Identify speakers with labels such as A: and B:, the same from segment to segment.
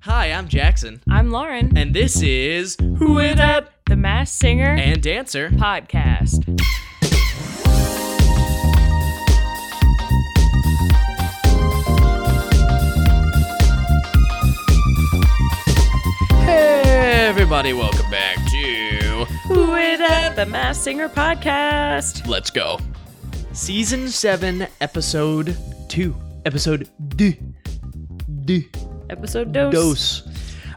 A: Hi, I'm Jackson,
B: I'm Lauren,
A: and this is Who It Up
B: the Mass Singer
A: and Dancer.
B: Podcast.
A: Hey, everybody, welcome back to
B: Who it up? The Mass Singer Podcast.
A: Let's Go. Season 7, Episode 2. Episode D. D.
B: Episode dos.
A: Dose.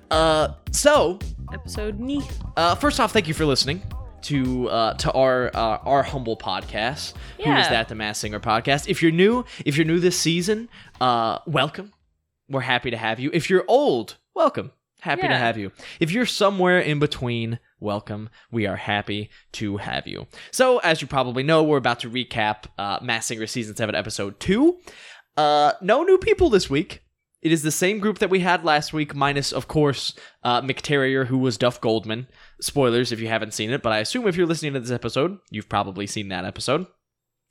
A: Uh, so,
B: Episode ni.
A: Uh, first off, thank you for listening to uh, to our uh, our humble podcast. Who is
B: Yeah.
A: that? The Mass Singer podcast. If you're new, if you're new this season, uh, welcome. We're happy to have you. If you're old, welcome. Happy to
B: Yeah.
A: have you. If you're somewhere in between, welcome. We are happy to have you. So, as you probably know, we're about to recap uh, Mass Singer season seven, episode two. Uh, no new people this week. It is the same group that we had last week, minus, of course, uh, McTerrier, who was Duff Goldman. Spoilers if you haven't seen it, but I assume if you're listening to this episode, you've probably seen that episode.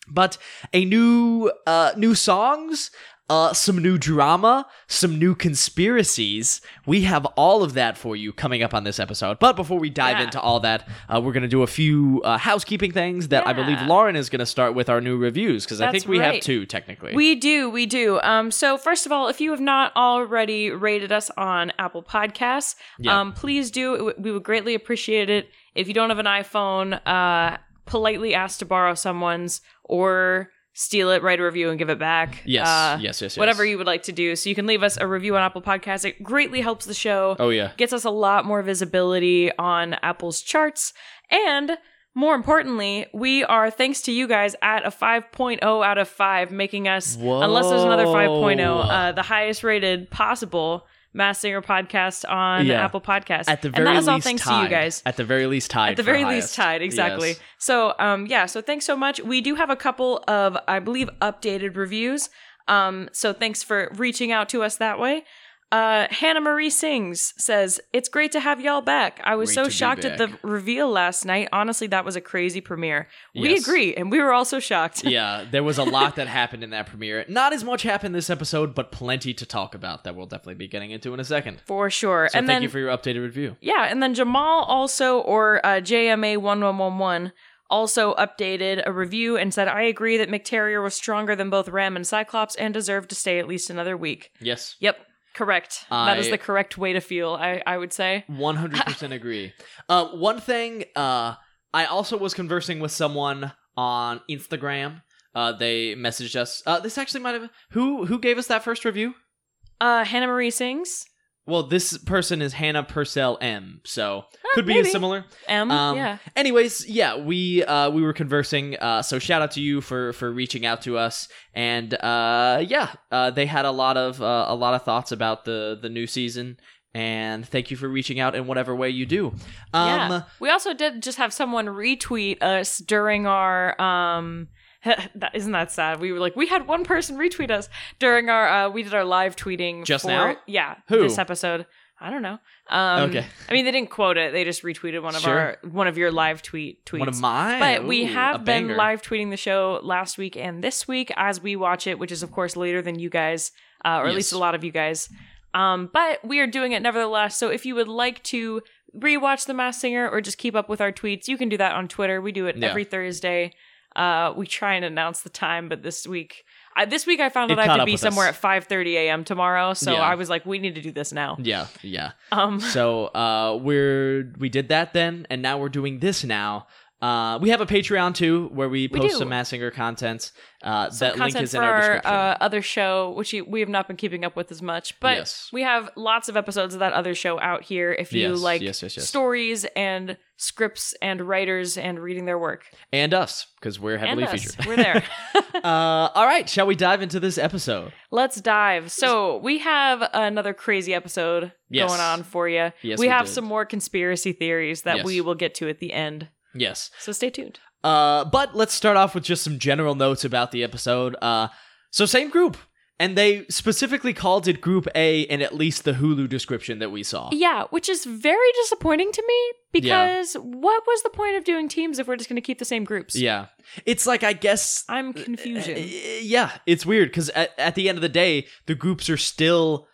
A: But a new, uh, new songs, uh, some new drama, some new conspiracies. We have all of that for you coming up on this episode. But before we dive
B: Yeah.
A: into all that, uh, we're going to do a few uh, housekeeping things that I believe
B: Yeah.
A: Lauren is going to start with our new reviews because I
B: That's
A: think we have
B: right.
A: two technically.
B: We do, we do. Um, so first of all, if you have not already rated us on Apple Podcasts,
A: Yeah.
B: um, please do. It w- We would greatly appreciate it. If you don't have an iPhone, uh, politely ask to borrow someone's or steal it, write a review, and give it back.
A: yes,
B: Uh,
A: yes, yes, yes.
B: Whatever you would like to do. So you can leave us a review on Apple Podcasts. It greatly helps the show.
A: Oh yeah.
B: gets us a lot more visibility on Apple's charts. And more importantly, we are, thanks to you guys, at a 5.0 out of 5, making us, unless there's another 5.0, uh, the highest rated possible Mass Singer podcast on
A: Yeah.
B: Apple Podcasts.
A: at the very
B: and that
A: least
B: is all thanks
A: tied.
B: to you guys.
A: At the very least tied.
B: At the
A: for
B: very
A: highest.
B: least tied, exactly.
A: Yes.
B: So, um, yeah, so thanks so much. We do have a couple of, I believe, updated reviews. Um, so thanks for reaching out to us that way. Uh, Hannah Marie Sings says, It's great to have y'all back. I was
A: Great to
B: so
A: be
B: shocked at the
A: back."
B: reveal last night. Honestly, that was a crazy premiere. We
A: Yes.
B: agree, and we were also shocked.
A: yeah, there was a lot that happened in that premiere. Not as much happened this episode, but plenty to talk about that we'll definitely be getting into in a second.
B: For sure.
A: So
B: and
A: thank
B: then
A: you for your updated review.
B: Yeah, and then Jamal also, or uh, JMA1111, also updated a review and said, I agree that McTerrier was stronger than both Ram and Cyclops and deserved to stay at least another week.
A: Yes.
B: Yep, correct. that is
A: I-
B: the correct way to feel, I, I would say.
A: 100% agree. Uh, one thing, uh, I also was conversing with someone on Instagram. Uh, they messaged us. Uh, this actually might have who who gave us that first review.
B: Uh, Hannah Marie sings.
A: Well, this person is Hannah Purcell M, so could be
B: Ah, maybe.
A: similar.
B: M.
A: Um,
B: yeah.
A: Anyways, yeah, we uh, we were conversing. Uh, so shout out to you for for reaching out to us, and uh, yeah, uh, they had a lot of uh, a lot of thoughts about the the new season, and thank you for reaching out in whatever way you do. Um,
B: yeah. We also did just have someone retweet us during our. Um, that isn't that sad. We were like, we had one person retweet us during our. Uh, we did our live tweeting
A: Just
B: for-
A: now?
B: Yeah,
A: Who?
B: this episode. I don't know. Um,
A: Okay.
B: I mean, they didn't quote it. They just retweeted one of
A: Sure.
B: our one of your live tweet tweets.
A: One of mine,
B: But we
A: Ooh, a
B: have been
A: banger.
B: live tweeting the show last week and this week as we watch it, which is of course later than you guys, uh, or at least
A: Yes.
B: a lot of you guys. Um, but we are doing it nevertheless. So if you would like to rewatch The Masked Singer or just keep up with our tweets, you can do that on Twitter. We do it
A: Yeah.
B: every Thursday. Uh, we try and announce the time, but this week, I, this week I found
A: It
B: out I
A: caught
B: have to
A: up
B: be
A: with
B: somewhere
A: us.
B: at five thirty a.m. tomorrow. So
A: Yeah.
B: I was like, we need to do this now.
A: Yeah, yeah.
B: Um,
A: so uh, we're we did that then, and now we're doing this now. Uh, we have a Patreon too, where we
B: We
A: post
B: do.
A: some Massinger content. Uh, that
B: content
A: link is
B: for
A: in our, description.
B: uh, other show, which you- we have not been keeping up with as much, but
A: Yes.
B: we have lots of episodes of that other show out here. If you
A: Yes,
B: like
A: yes, yes, yes.
B: stories and scripts and writers and reading their work,
A: and us, because we're heavily
B: and us,
A: featured.
B: we're there.
A: uh, all right, shall we dive into this episode?
B: Let's dive. So we have another crazy episode
A: Yes.
B: going on for you.
A: Yes,
B: we,
A: we
B: have
A: did.
B: some more conspiracy theories that
A: Yes.
B: we will get to at the end.
A: Yes.
B: So stay tuned.
A: Uh, but let's start off with just some general notes about the episode. Uh, so same group, and they specifically called it Group A in at least the Hulu description that we saw.
B: Yeah, which is very disappointing to
A: Yeah.
B: me because what was the point of doing teams if we're just going to keep the same groups?
A: Yeah, it's like I guess.
B: I'm
A: uh,
B: confusion.
A: Yeah, it's weird because at, at the end of the day, the groups are still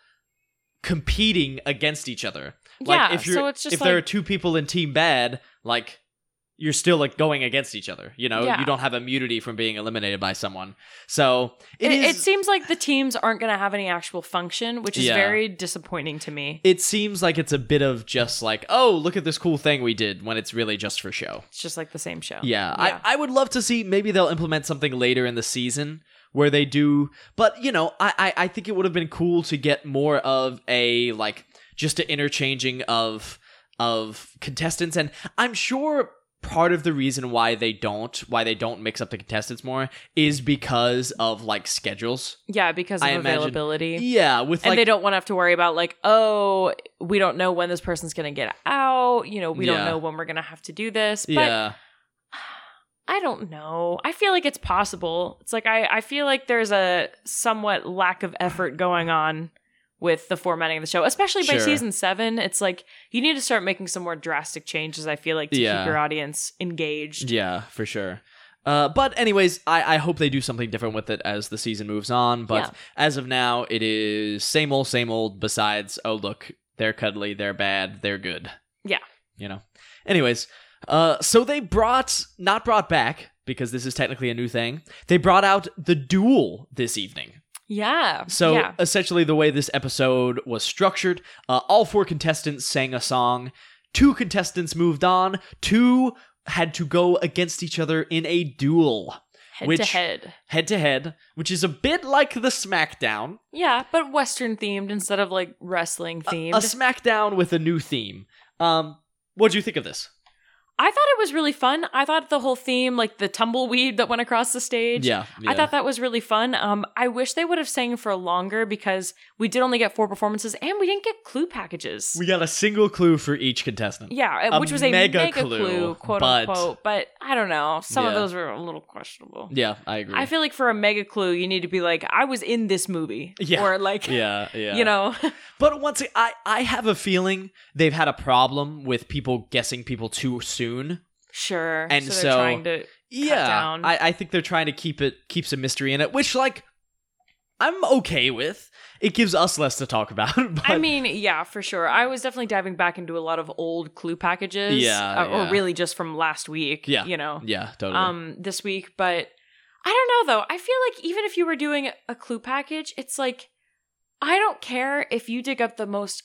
A: competing against each other.
B: Yeah,
A: if you're,
B: so it's just
A: if there are
B: like-
A: two people in Team Bad, like you're still like going against each other. You know,
B: Yeah.
A: you don't have immunity from being eliminated by someone. So
B: It,
A: it
B: it,
A: is.
B: seems like the teams aren't going to have any actual function, which is
A: Yeah.
B: very disappointing to me.
A: it seems like it's a bit of just like, oh, look at this cool thing we did when it's really just for show.
B: It's just like the same show.
A: Yeah,
B: Yeah.
A: I, I would love to see maybe they'll implement something later in the season where they do but you know, I, I, I think it would have been cool to get more of a like just an interchanging of of contestants and I'm sure part of the reason why they don't why they don't mix up the contestants more is because of like schedules.
B: Yeah, because of
A: I imagine-
B: availability.
A: Yeah, with
B: and
A: like
B: they don't want to have to worry about like, oh, we don't know when this person's going to get out. You know, we
A: Yeah.
B: don't know when we're going to have to do this. But
A: yeah.
B: I don't know. I feel like it's possible. It's like I, I feel like there's a somewhat lack of effort going on with the formatting of the show, especially by
A: Sure.
B: season seven. It's like you need to start making some more drastic changes, I feel like, to
A: Yeah.
B: keep your audience engaged.
A: Yeah, for sure. Uh, but anyways, I, I hope they do something different with it as the season moves on. But
B: Yeah.
A: as of now, it is same old, same old. Besides, oh look, they're cuddly, they're bad, they're good.
B: Yeah.
A: you know. Anyways, uh, so they brought not brought back because this is technically a new thing. They brought out the duel this evening.
B: Yeah.
A: So
B: yeah.
A: essentially, the way this episode was structured, uh, all four contestants sang a song. Two contestants moved on. Two had to go against each other in a duel,
B: head to
A: which-
B: head.
A: head to head, which is a bit like the SmackDown,
B: Yeah, but Western themed instead of like wrestling themed.
A: a SmackDown with a new theme. Um, what do you think of this?
B: I thought it was really fun. I thought the whole theme, like the tumbleweed that went across the stage.
A: Yeah,
B: I thought that was really fun. Um, I wish they would have sang for longer because we did only get four performances and we didn't get clue packages.
A: we got a single clue for each contestant.
B: yeah, uh,
A: A
B: which was a
A: mega
B: mega,
A: clue,
B: clue, quote
A: but-
B: unquote. But I don't know. Some of
A: Yeah.
B: those were a little questionable.
A: Yeah, I agree.
B: I feel like for a mega clue, you need to be like, I was in this movie.
A: Yeah.
B: Or like,
A: yeah, yeah.
B: you know,
A: But once ag- I I have a feeling they've had a problem with people guessing people too soon.
B: sure.
A: And
B: so, they're
A: so-
B: trying to.
A: Yeah,
B: down.
A: I I think they're trying to keep it keep some mystery in it, which like I'm okay with. It gives us less to talk about. But
B: I mean, yeah, for sure. I was definitely diving back into a lot of old clue packages.
A: Yeah,
B: uh,
A: yeah.
B: Or really just from last week.
A: Yeah.
B: You know?
A: yeah, totally.
B: um this week but i don't know though i feel like even if you were doing a clue package it's like i don't care if you dig up the most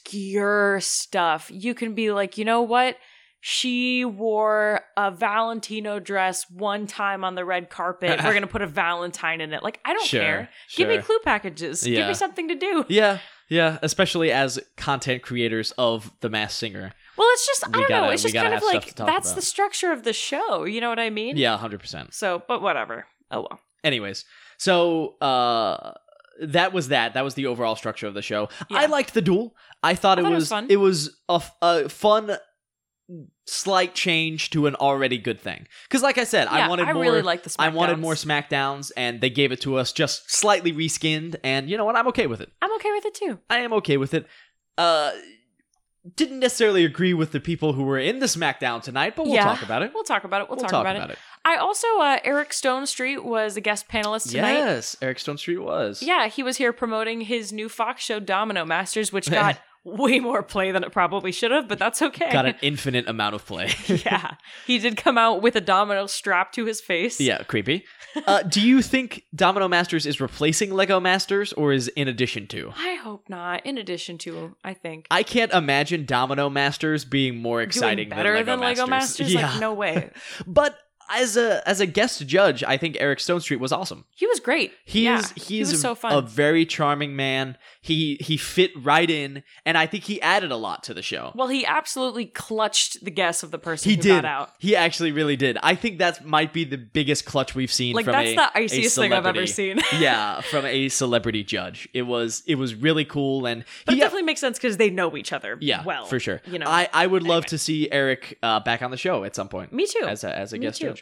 B: obscure stuff you can be like you know what she wore a valentino dress one time on the red carpet we're gonna put a valentine in it like i don't
A: sure,
B: care
A: Sure.
B: give me clue packages give
A: Yeah.
B: me something to do
A: yeah, yeah. Especially as content creators of The Mass Singer.
B: well it's just i
A: We
B: don't know
A: gotta-
B: it's
A: we
B: just
A: gotta
B: kind of
A: have stuff
B: like
A: to talk
B: that's the
A: about.
B: structure of the show you know what i mean
A: Yeah, hundred percent.
B: so but whatever oh well
A: Anyways, so uh that was that. That was the overall structure of the show.
B: Yeah.
A: I liked the duel. I thought,
B: I
A: it,
B: thought it was
A: was
B: fun.
A: it was a, f- a fun slight change to an already good thing. Cuz like I said, I
B: Yeah,
A: wanted
B: I
A: more
B: really like the
A: I wanted more
B: Smackdowns.
A: smackdowns and they gave it to us just slightly reskinned and you know what? I'm okay with it.
B: I'm okay with it too.
A: I am okay with it. Uh didn't necessarily agree with the people who were in the smackdown tonight, but we'll
B: Yeah.
A: talk about it.
B: We'll talk about it. We'll, talk, about, it.
A: it.
B: I also uh, Eric Stone Street was a guest panelist tonight.
A: Yes, Eric Stone Street was.
B: Yeah, he was here promoting his new Fox show Domino Masters, which got way more play than it probably should have, but that's okay.
A: Got an infinite amount of play.
B: yeah. He did come out with a domino strapped to his face.
A: Yeah, creepy. Uh, do you think Domino Masters is replacing Lego Masters or is in addition to?
B: I hope not. In addition to, I think.
A: I can't imagine Domino Masters being more exciting
B: Doing better
A: than Lego Masters.
B: Masters?
A: Yeah,
B: Like, no way.
A: but as a as a guest judge, I think Eric Stone Street was awesome.
B: He was great.
A: He
B: yeah,
A: is he,
B: he
A: is
B: was
A: a,
B: so fun.
A: a very charming man. He he fit right in, and I think he added a lot to the show.
B: well, he absolutely clutched the guess of the person
A: he
B: who
A: did.
B: got out.
A: He actually really did. I think that might be the biggest clutch we've seen.
B: Like
A: from
B: that's
A: a-
B: the
A: a
B: iciest thing I've ever
A: celebrity.
B: seen.
A: yeah, from a celebrity judge. It was it was really cool and
B: But
A: he-
B: it definitely makes sense because they know each other
A: yeah,
B: well.
A: for sure.
B: You know,
A: I I would love to see Eric uh, back on the show at some point
B: me too.
A: as a as a
B: Me
A: guest
B: too.
A: judge.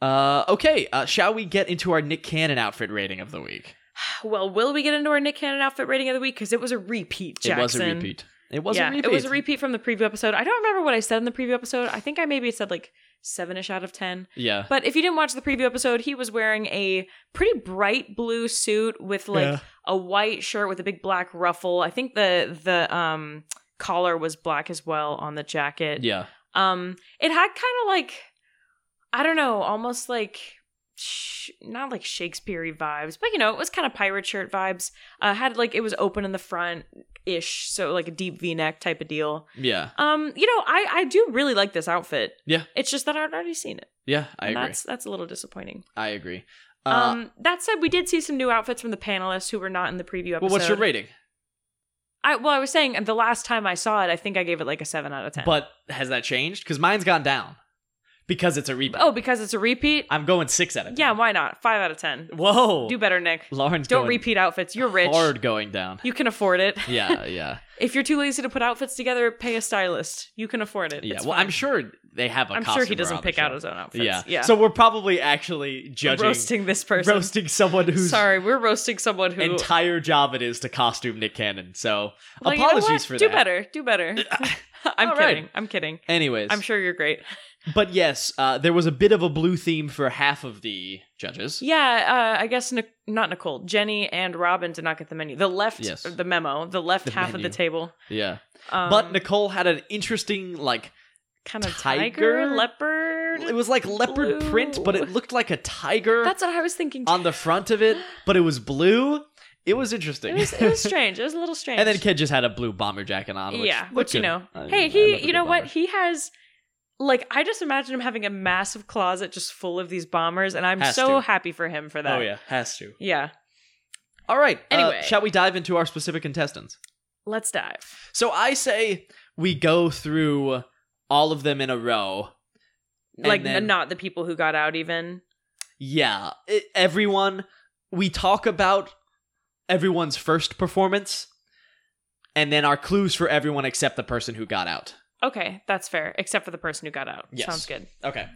A: Uh, okay, uh, shall we get into our Nick Cannon outfit rating of the week?
B: well, will we get into our Nick Cannon outfit rating of the week? Because it was a repeat, Jackson.
A: It was a repeat. It was
B: yeah,
A: a repeat.
B: it was a repeat from the preview episode. I don't remember what I said in the preview episode. I think I maybe said like seven ish out of 10.
A: Yeah.
B: But if you didn't watch the preview episode, he was wearing a pretty bright blue suit with like
A: Yeah.
B: a white shirt with a big black ruffle. I think the the um collar was black as well on the jacket.
A: yeah.
B: Um it had kind of like I don't know, almost like sh- not like Shakespeare vibes, but you know, it was kind of pirate shirt vibes. Uh had like it was open in the front ish, so like a deep V-neck type of deal.
A: Yeah.
B: Um, you know, I I do really like this outfit.
A: Yeah.
B: It's just that I'd already seen it.
A: Yeah. I
B: and
A: agree.
B: that's that's a little disappointing.
A: I agree. Uh,
B: um, that said, we did see some new outfits from the panelists who were not in the preview episode.
A: well, what's your rating?
B: I, well, I was saying the last time I saw it, I think I gave it like a seven out of ten.
A: But has that changed? Because mine's gone down because it's a reboot.
B: oh, because it's a repeat.
A: I'm going six out of
B: yeah,
A: ten.
B: why not? Five out of ten.
A: Whoa.
B: Do better, Nick.
A: Lauren's
B: Don't
A: going
B: repeat outfits. You're rich.
A: hard going down.
B: You can afford it.
A: yeah. Yeah.
B: if you're too lazy to put outfits together, pay a stylist. You can afford it.
A: Yeah.
B: It's
A: well,
B: fine.
A: I'm sure they have a.
B: I'm sure
A: costumer
B: he doesn't
A: on the
B: pick out
A: show.
B: his own outfits.
A: Yeah.
B: yeah.
A: So we're probably actually judging
B: roasting this person.
A: roasting someone whose
B: Sorry, we're roasting someone who.
A: entire job it is to costume Nick Cannon. So
B: Well, you know
A: apologies
B: what?
A: for
B: Do
A: that.
B: better. Do better. I'm
A: All right.
B: kidding. I'm kidding.
A: Anyways,
B: I'm sure you're great.
A: but yes, uh, there was a bit of a blue theme for half of the judges.
B: Yeah, uh, I guess Nic- not Nicole, Jenny, and Robin did not get the menu. The left,
A: Yes.
B: the memo, the left
A: The
B: half
A: menu.
B: of the table.
A: Yeah.
B: Um,
A: but Nicole had an interesting like
B: kind of
A: tiger?
B: tiger, leopard.
A: it was like leopard
B: Blue.
A: print, but it looked like a tiger
B: That's what I was thinking. too.
A: on the front of it, but it was blue. It was
B: It
A: interesting.
B: was, it was strange. It was a little strange.
A: and then Kid just had a blue bomber jacket on. Which
B: yeah,
A: looked
B: which you
A: good.
B: know,
A: I- I
B: hey,
A: love
B: he,
A: a
B: you
A: good
B: know what,
A: bomber.
B: he has. Like I just imagine him having a massive closet just full of these bombers, and I'm
A: Has
B: so
A: to.
B: happy for him for that.
A: Oh yeah, has to.
B: yeah.
A: All right. uh,
B: Anyway.
A: shall we dive into our specific contestants?
B: Let's dive.
A: So I say we go through all of them in a row. and
B: like
A: then-
B: not the people who got out even
A: Yeah, i everyone. We talk about everyone's first performance, and then our clues for everyone except the person who got out.
B: okay that's fair except for the person who got out
A: Yes.
B: sounds good
A: Okay.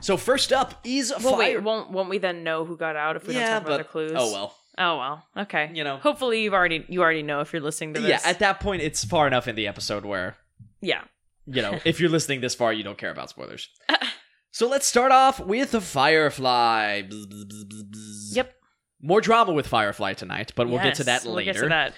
A: So first up is
B: well
A: fire.
B: wait won't won't we then know who got out if we
A: yeah,
B: don't talk
A: but
B: about the clues
A: oh well.
B: oh well okay
A: You know.
B: hopefully you've already you already know if you're listening to this
A: Yeah, at that point, it's far enough in the episode where
B: yeah
A: you know if you're listening this far, you don't care about spoilers. so let's start off with a firefly. Bzz, bzz, bzz, bzz, bzz.
B: yep
A: More drama with Firefly tonight, but we'll get to
B: Yes,
A: that
B: we'll
A: later.
B: get to that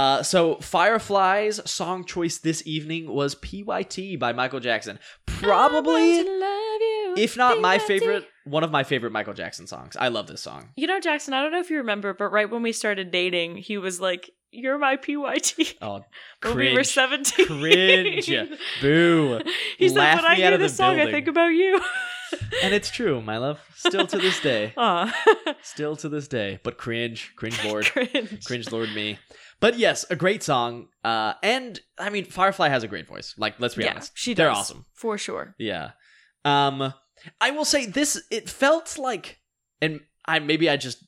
A: Uh, so Firefly's song choice this evening was "PYT" by Michael Jackson.
B: I want to
A: Probably,
B: love you,
A: if not my
B: PYT.
A: favorite, one of my favorite Michael Jackson songs. I love this song.
B: you know jackson i don't know if you remember but right when we started dating he was like you're my pyt
A: Oh,
B: when we were
A: cringe,
B: 17
A: cringe, boo!
B: he said
A: Laugh
B: when
A: me
B: i
A: out
B: hear
A: of the
B: this song i
A: building."
B: think about you
A: And it's true, my love. Still to this day,
B: Aw.
A: still to this day. But cringe, cringe lord,
B: cringe.
A: cringe lord me. But yes, a great song. Uh, and I mean, Firefly has a great voice. Like, let's be
B: yeah,
A: honest,
B: she
A: they're
B: does,
A: awesome.
B: for sure.
A: Yeah. Um I will say this it felt like and I maybe I just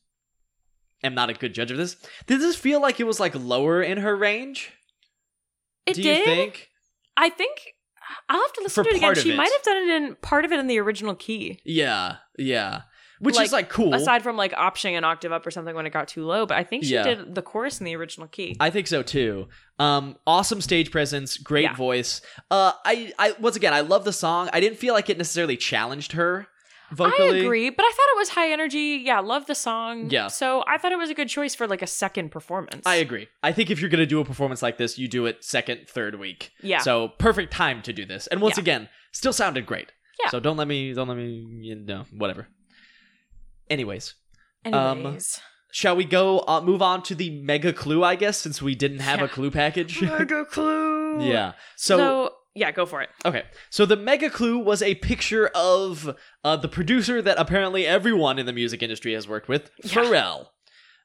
A: am not a good judge of this. Did this feel like it was like lower in her range?
B: It
A: Do
B: did.
A: you think?
B: I think I'll have to listen
A: For
B: to it again.
A: part of
B: She
A: it.
B: might have done it in part of it in the original key.
A: Yeah. Yeah. Which
B: Like,
A: is like cool.
B: Aside from like optioning an octave up or something when it got too low, but I think she
A: Yeah.
B: did the chorus in the original key.
A: I think so too. Um awesome stage presence, great
B: Yeah.
A: voice. Uh I I once again, I love the song. I didn't feel like it necessarily challenged her vocally.
B: I agree, but I thought it was high energy. Yeah, love the song.
A: Yeah.
B: So I thought it was a good choice for like a second performance.
A: I agree. I think if you're going to do a performance like this, you do it second, third week.
B: Yeah.
A: So perfect time to do this. And once
B: Yeah.
A: again, still sounded great.
B: Yeah.
A: So don't let me, don't let me, you know, whatever. Anyways, um,
B: Anyways.
A: shall we go uh, move on to the mega clue? I guess since we didn't have a
B: Yeah.
A: clue package.
B: mega clue.
A: yeah. So,
B: So, yeah, go for it.
A: okay. So the mega clue was a picture of uh, the producer that apparently everyone in the music industry has worked with,
B: Yeah.
A: Pharrell.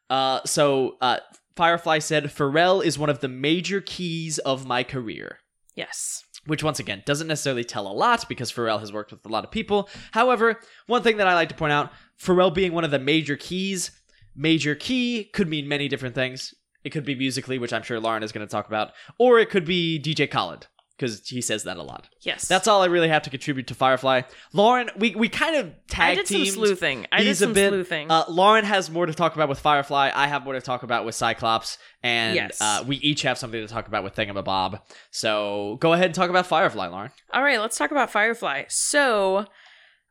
A: Uh, so uh, Firefly said Pharrell is one of the major keys of my career
B: Yes.
A: which once again doesn't necessarily tell a lot because Pharrell has worked with a lot of people. However, one thing that I like to point out Pharrell being one of the major keys, major key could mean many different things. It could be musically, which I'm sure Lauren is going to talk about, or it could be DJ Khaled because he says that a lot.
B: Yes.
A: That's all I really have to contribute to Firefly. Lauren, we, we kind of
B: I
A: tag
B: did some
A: teamed.
B: sleuthing. I did
A: He's a
B: some
A: bit,
B: sleuthing.
A: Uh, Lauren has more to talk about with Firefly. I have more to talk about with Cyclops, and
B: Yes.
A: uh, we each have something to talk about with Thingamabob. So go ahead and talk about Firefly, Lauren.
B: All right, let's talk about Firefly. So,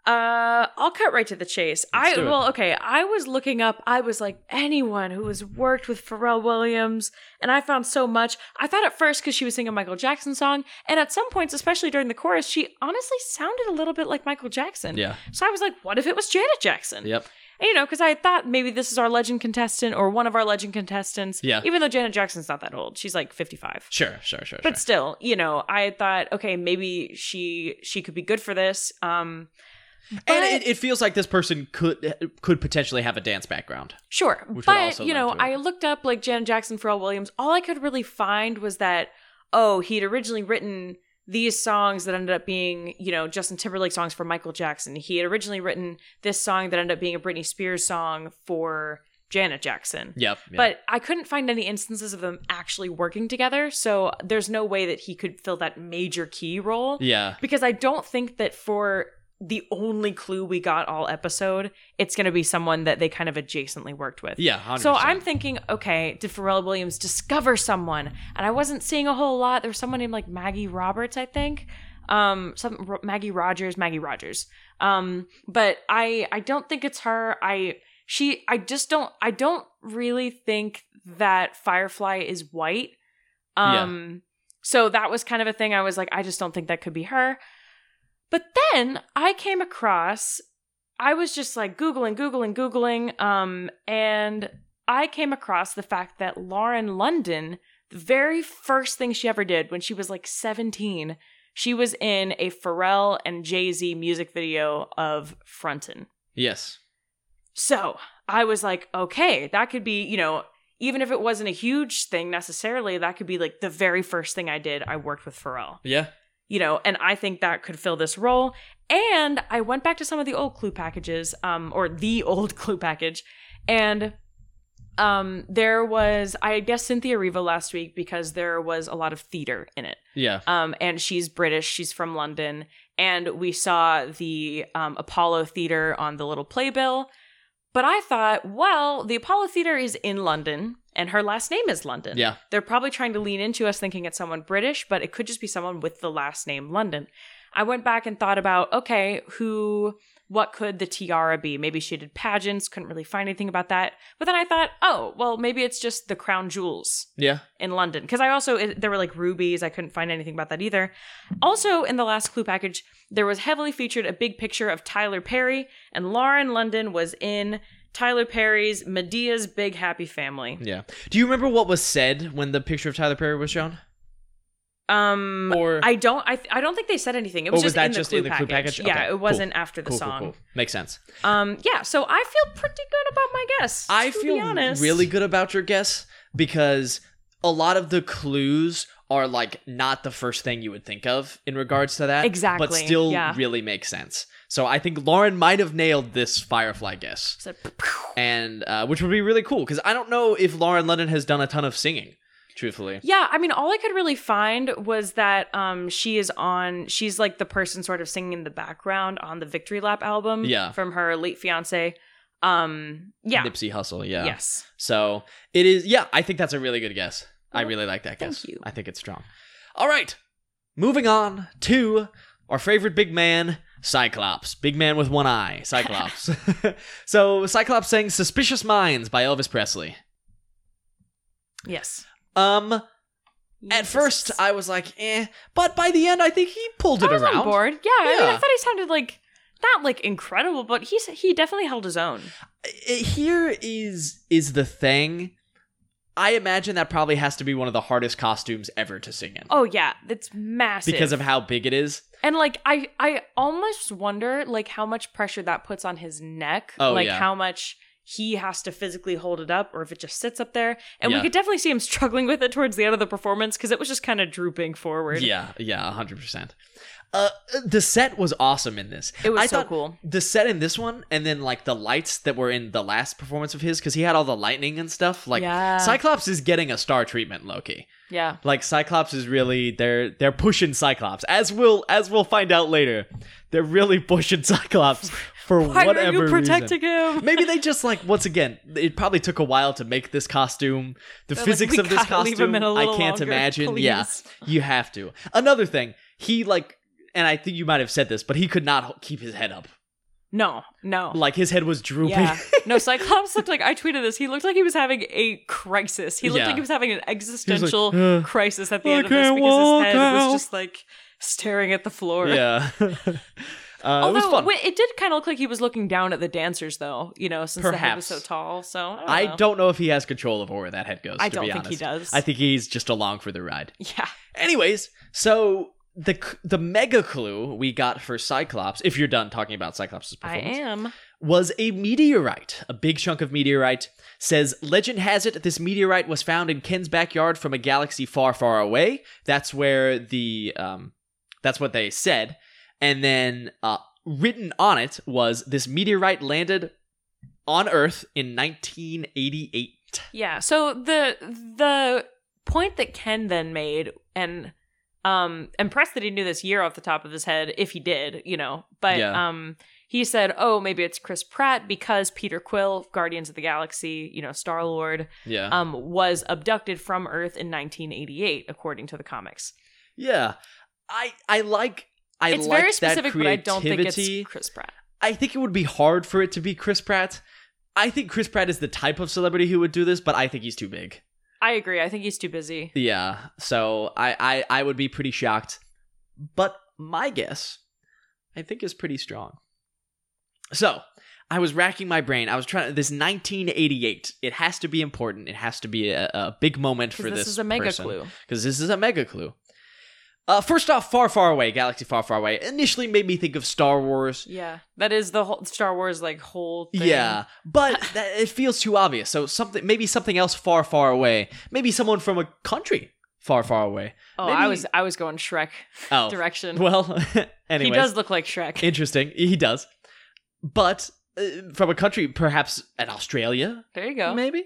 B: Uh, I'll cut right to the chase.
A: Let's
B: I
A: do it.
B: well, okay. I was looking up. I was like anyone who has worked with Pharrell Williams, and I found so much. I thought at first because she was singing a Michael Jackson song, and at some points, especially during the chorus, she honestly sounded a little bit like Michael Jackson.
A: Yeah.
B: So I was like, what if it was Janet Jackson?
A: Yep.
B: And, You know, because I had thought maybe this is our legend contestant or one of our legend contestants.
A: Yeah.
B: Even though Janet Jackson's not that old, she's like fifty-five.
A: Sure. Sure. Sure.
B: But still, you know, I had thought, okay, maybe she she could be good for this. Um,
A: sure.
B: but-
A: And it, it feels like this person could could potentially have a dance background.
B: Sure,
A: Which would
B: but
A: also
B: you
A: lend
B: know,
A: to it.
B: I looked up like Janet Jackson, Pharrell Williams. All I could really find was that oh, he'd originally written these songs that ended up being you know Justin Timberlake songs for Michael Jackson. He had originally written this song that ended up being a Britney Spears song for Janet Jackson.
A: Yep. yep.
B: But I couldn't find any instances of them actually working together, so there's no way that he could fill that major key role
A: yeah.
B: because I don't think that for the only clue we got all episode, it's going to be someone that they kind of adjacently worked with.
A: Yeah. 100%.
B: So I'm thinking, okay, did Pharrell Williams discover someone? And I wasn't seeing a whole lot. There was someone named like Maggie Roberts, I think. Um, some Ro- Maggie Rogers, Maggie Rogers. Um, but I I don't think it's her. I she I just don't I don't really think that Firefly is white.
A: Yeah.
B: Um, so that was kind of a thing. I was like, I just don't think that could be her. But then I came across, I was just like Googling, Googling, Googling, um, and I came across the fact that Lauren London, the very first thing she ever did when she was like 17, she was in a Pharrell and Jay Z music video of Frontin.
A: Yes.
B: So I was like, okay, that could be, you know, even if it wasn't a huge thing necessarily, that could be like the very first thing I did. I worked with Pharrell
A: Yeah.
B: you know, and I think that could fill this role. And I went back to some of the old clue packages, um, or the old clue package, and um, there was I guess Cynthia Riva last week because there was a lot of theater in it.
A: Yeah.
B: Um, and she's British. She's from London. And we saw the um, Apollo Theater on the little playbill. But I thought, well, the Apollo Theater is in London, and her last name is London.
A: Yeah.
B: They're probably trying to lean into us thinking it's someone British, but it could just be someone with the last name London. I went back and thought about, okay, who, what could the tiara be? Maybe she did pageants, couldn't really find anything about that. But then I thought, oh, well, maybe it's just the crown jewels
A: Yeah.
B: in London because I also it, there were like rubies. I couldn't find anything about that either. Also, in the last clue package, there was heavily featured a big picture of Tyler Perry, and Lauren London was in Tyler Perry's Medea's Big Happy Family.
A: Yeah. Do you remember what was said when the picture of Tyler Perry was shown?
B: Um,
A: Or
B: I don't. I, th- I don't think they said anything. It was,
A: Or was
B: just
A: that
B: in the
A: just
B: clue
A: in the clue
B: package.
A: package?
B: Yeah,
A: Okay,
B: it
A: cool.
B: wasn't after the
A: cool,
B: song.
A: cool, cool. Makes sense.
B: Um, yeah. So I feel pretty good about my guess.
A: I
B: to
A: feel
B: be honest.
A: really good about your guess because a lot of the clues are like not the first thing you would think of in regards to that. But
B: Exactly,
A: still
B: yeah.
A: really makes sense. So I think Lauren might have nailed this Firefly guess.
B: So-
A: And uh, which would be really cool because I don't know if Lauren London has done a ton of singing, truthfully.
B: Yeah, I mean, all I could really find was that um, she is on. She's like the person sort of singing in the background on the Victory Lap album.
A: Yeah.
B: from her late fiance. Um, yeah.
A: Nipsey Hussle, yeah.
B: Yes.
A: So it is, yeah, I think that's a really good guess. I
B: Well,
A: really like that
B: thank
A: guess.
B: you.
A: I think it's strong. All right, moving on to our favorite big man, Cyclops. Big man with one eye, Cyclops. so Cyclops sang Suspicious Minds by Elvis Presley.
B: Yes.
A: Um, at first I was like, eh, but by the end I think he pulled it
B: I was
A: around.
B: on board. Yeah, I mean, I
A: Yeah.
B: thought he sounded like not like incredible, but he he definitely held his own.
A: I- Here is is the thing. I imagine that probably has to be one of the hardest costumes ever to sing in.
B: Oh yeah, it's massive
A: because of how big it is.
B: and like I I almost wonder like how much pressure that puts on his neck.
A: Oh,
B: like
A: yeah.
B: how much he has to physically hold it up or if it just sits up there. And
A: Yeah.
B: we could definitely see him struggling with it towards the end of the performance because it was just kind of drooping forward.
A: Yeah, yeah, hundred percent. Uh, the set was awesome in this.
B: It was
A: I
B: so
A: thought
B: cool.
A: The set in this one, and then like the lights that were in the last performance of his, because he had all the lightning and stuff. Like
B: Yeah.
A: Cyclops is getting a star treatment, Loki.
B: Yeah.
A: Like Cyclops is really they're they're pushing Cyclops, as we'll as we'll find out later. They're really pushing Cyclops for
B: Why
A: whatever
B: are you
A: reason.
B: protecting him?
A: Maybe they just like once again. It probably took a while to make this costume. The
B: They're like,
A: physics
B: "We
A: of this
B: gotta
A: costume,
B: leave him in a
A: I
B: little
A: can't
B: longer,
A: imagine. Yeah,
B: please.
A: you have to. Another thing, he like, and I think you might have said this, but he could not h- keep his head up
B: No, no.
A: Like his head was drooping.
B: Yeah. No, Cyclops looked like I tweeted this. He looked like he was having a crisis. He looked
A: Yeah.
B: like he was having an existential
A: "Ugh,
B: crisis at the
A: I
B: end of this
A: can't
B: because
A: walk
B: his head
A: out."
B: was just like staring at the floor.
A: yeah. uh, it was
B: Although
A: fun.
B: wait, it did kind of look like he was looking down at the dancers, though. You know, since the head was so
A: Perhaps.
B: tall. So I don't.
A: I
B: know.
A: don't know if he has control of where that head goes.
B: I
A: to be
B: don't think he
A: honest.
B: does.
A: I think he's just along for the ride.
B: Yeah.
A: Anyways, so the c- the mega clue we got for Cyclops, if you're done talking about Cyclops'
B: I
A: performance,
B: am.
A: was a meteorite, a big chunk of meteorite. Says legend has it this meteorite was found in Ken's backyard from a galaxy far, far away. That's where the um, that's what they said, and then uh, written on it was this meteorite landed on Earth in 1988.
B: Yeah. So the the point that Ken then made and um impressed that he knew this year off the top of his head, if he did, you know. But
A: Yeah.
B: um he said, Oh, maybe it's Chris Pratt because Peter Quill, Guardians of the Galaxy, you know, Star Lord,
A: Yeah,
B: um, was abducted from Earth in nineteen eighty eight, according to the comics.
A: yeah. I I like I
B: it's
A: like
B: very
A: that
B: specific, but I don't think
A: creativity.
B: it's Chris Pratt.
A: I think it would be hard for it to be Chris Pratt. I think Chris Pratt is the type of celebrity who would do this, but I think he's too big.
B: I agree. I think he's too busy.
A: Yeah. So I I, I would be pretty shocked. But my guess, I think, is pretty strong. So I was racking my brain. I was trying this 1988. It has to be important. It has to be a, a big moment
B: Because
A: for
B: this,
A: this.
B: is a mega
A: person
B: clue.
A: because this is a mega clue. Uh, first off, far, far away, galaxy far, far away. Initially, made me think of Star Wars.
B: Yeah. That is the whole Star Wars like whole thing.
A: Yeah, but that, it feels too obvious. So something, maybe something else far, far away. Maybe someone from a country far, far away.
B: Oh,
A: Maybe-
B: I was I was going Shrek
A: Oh,
B: direction.
A: well. anyways,
B: He does look like Shrek.
A: interesting. He does, but uh, from a country, perhaps an Australia,
B: there you go.
A: maybe.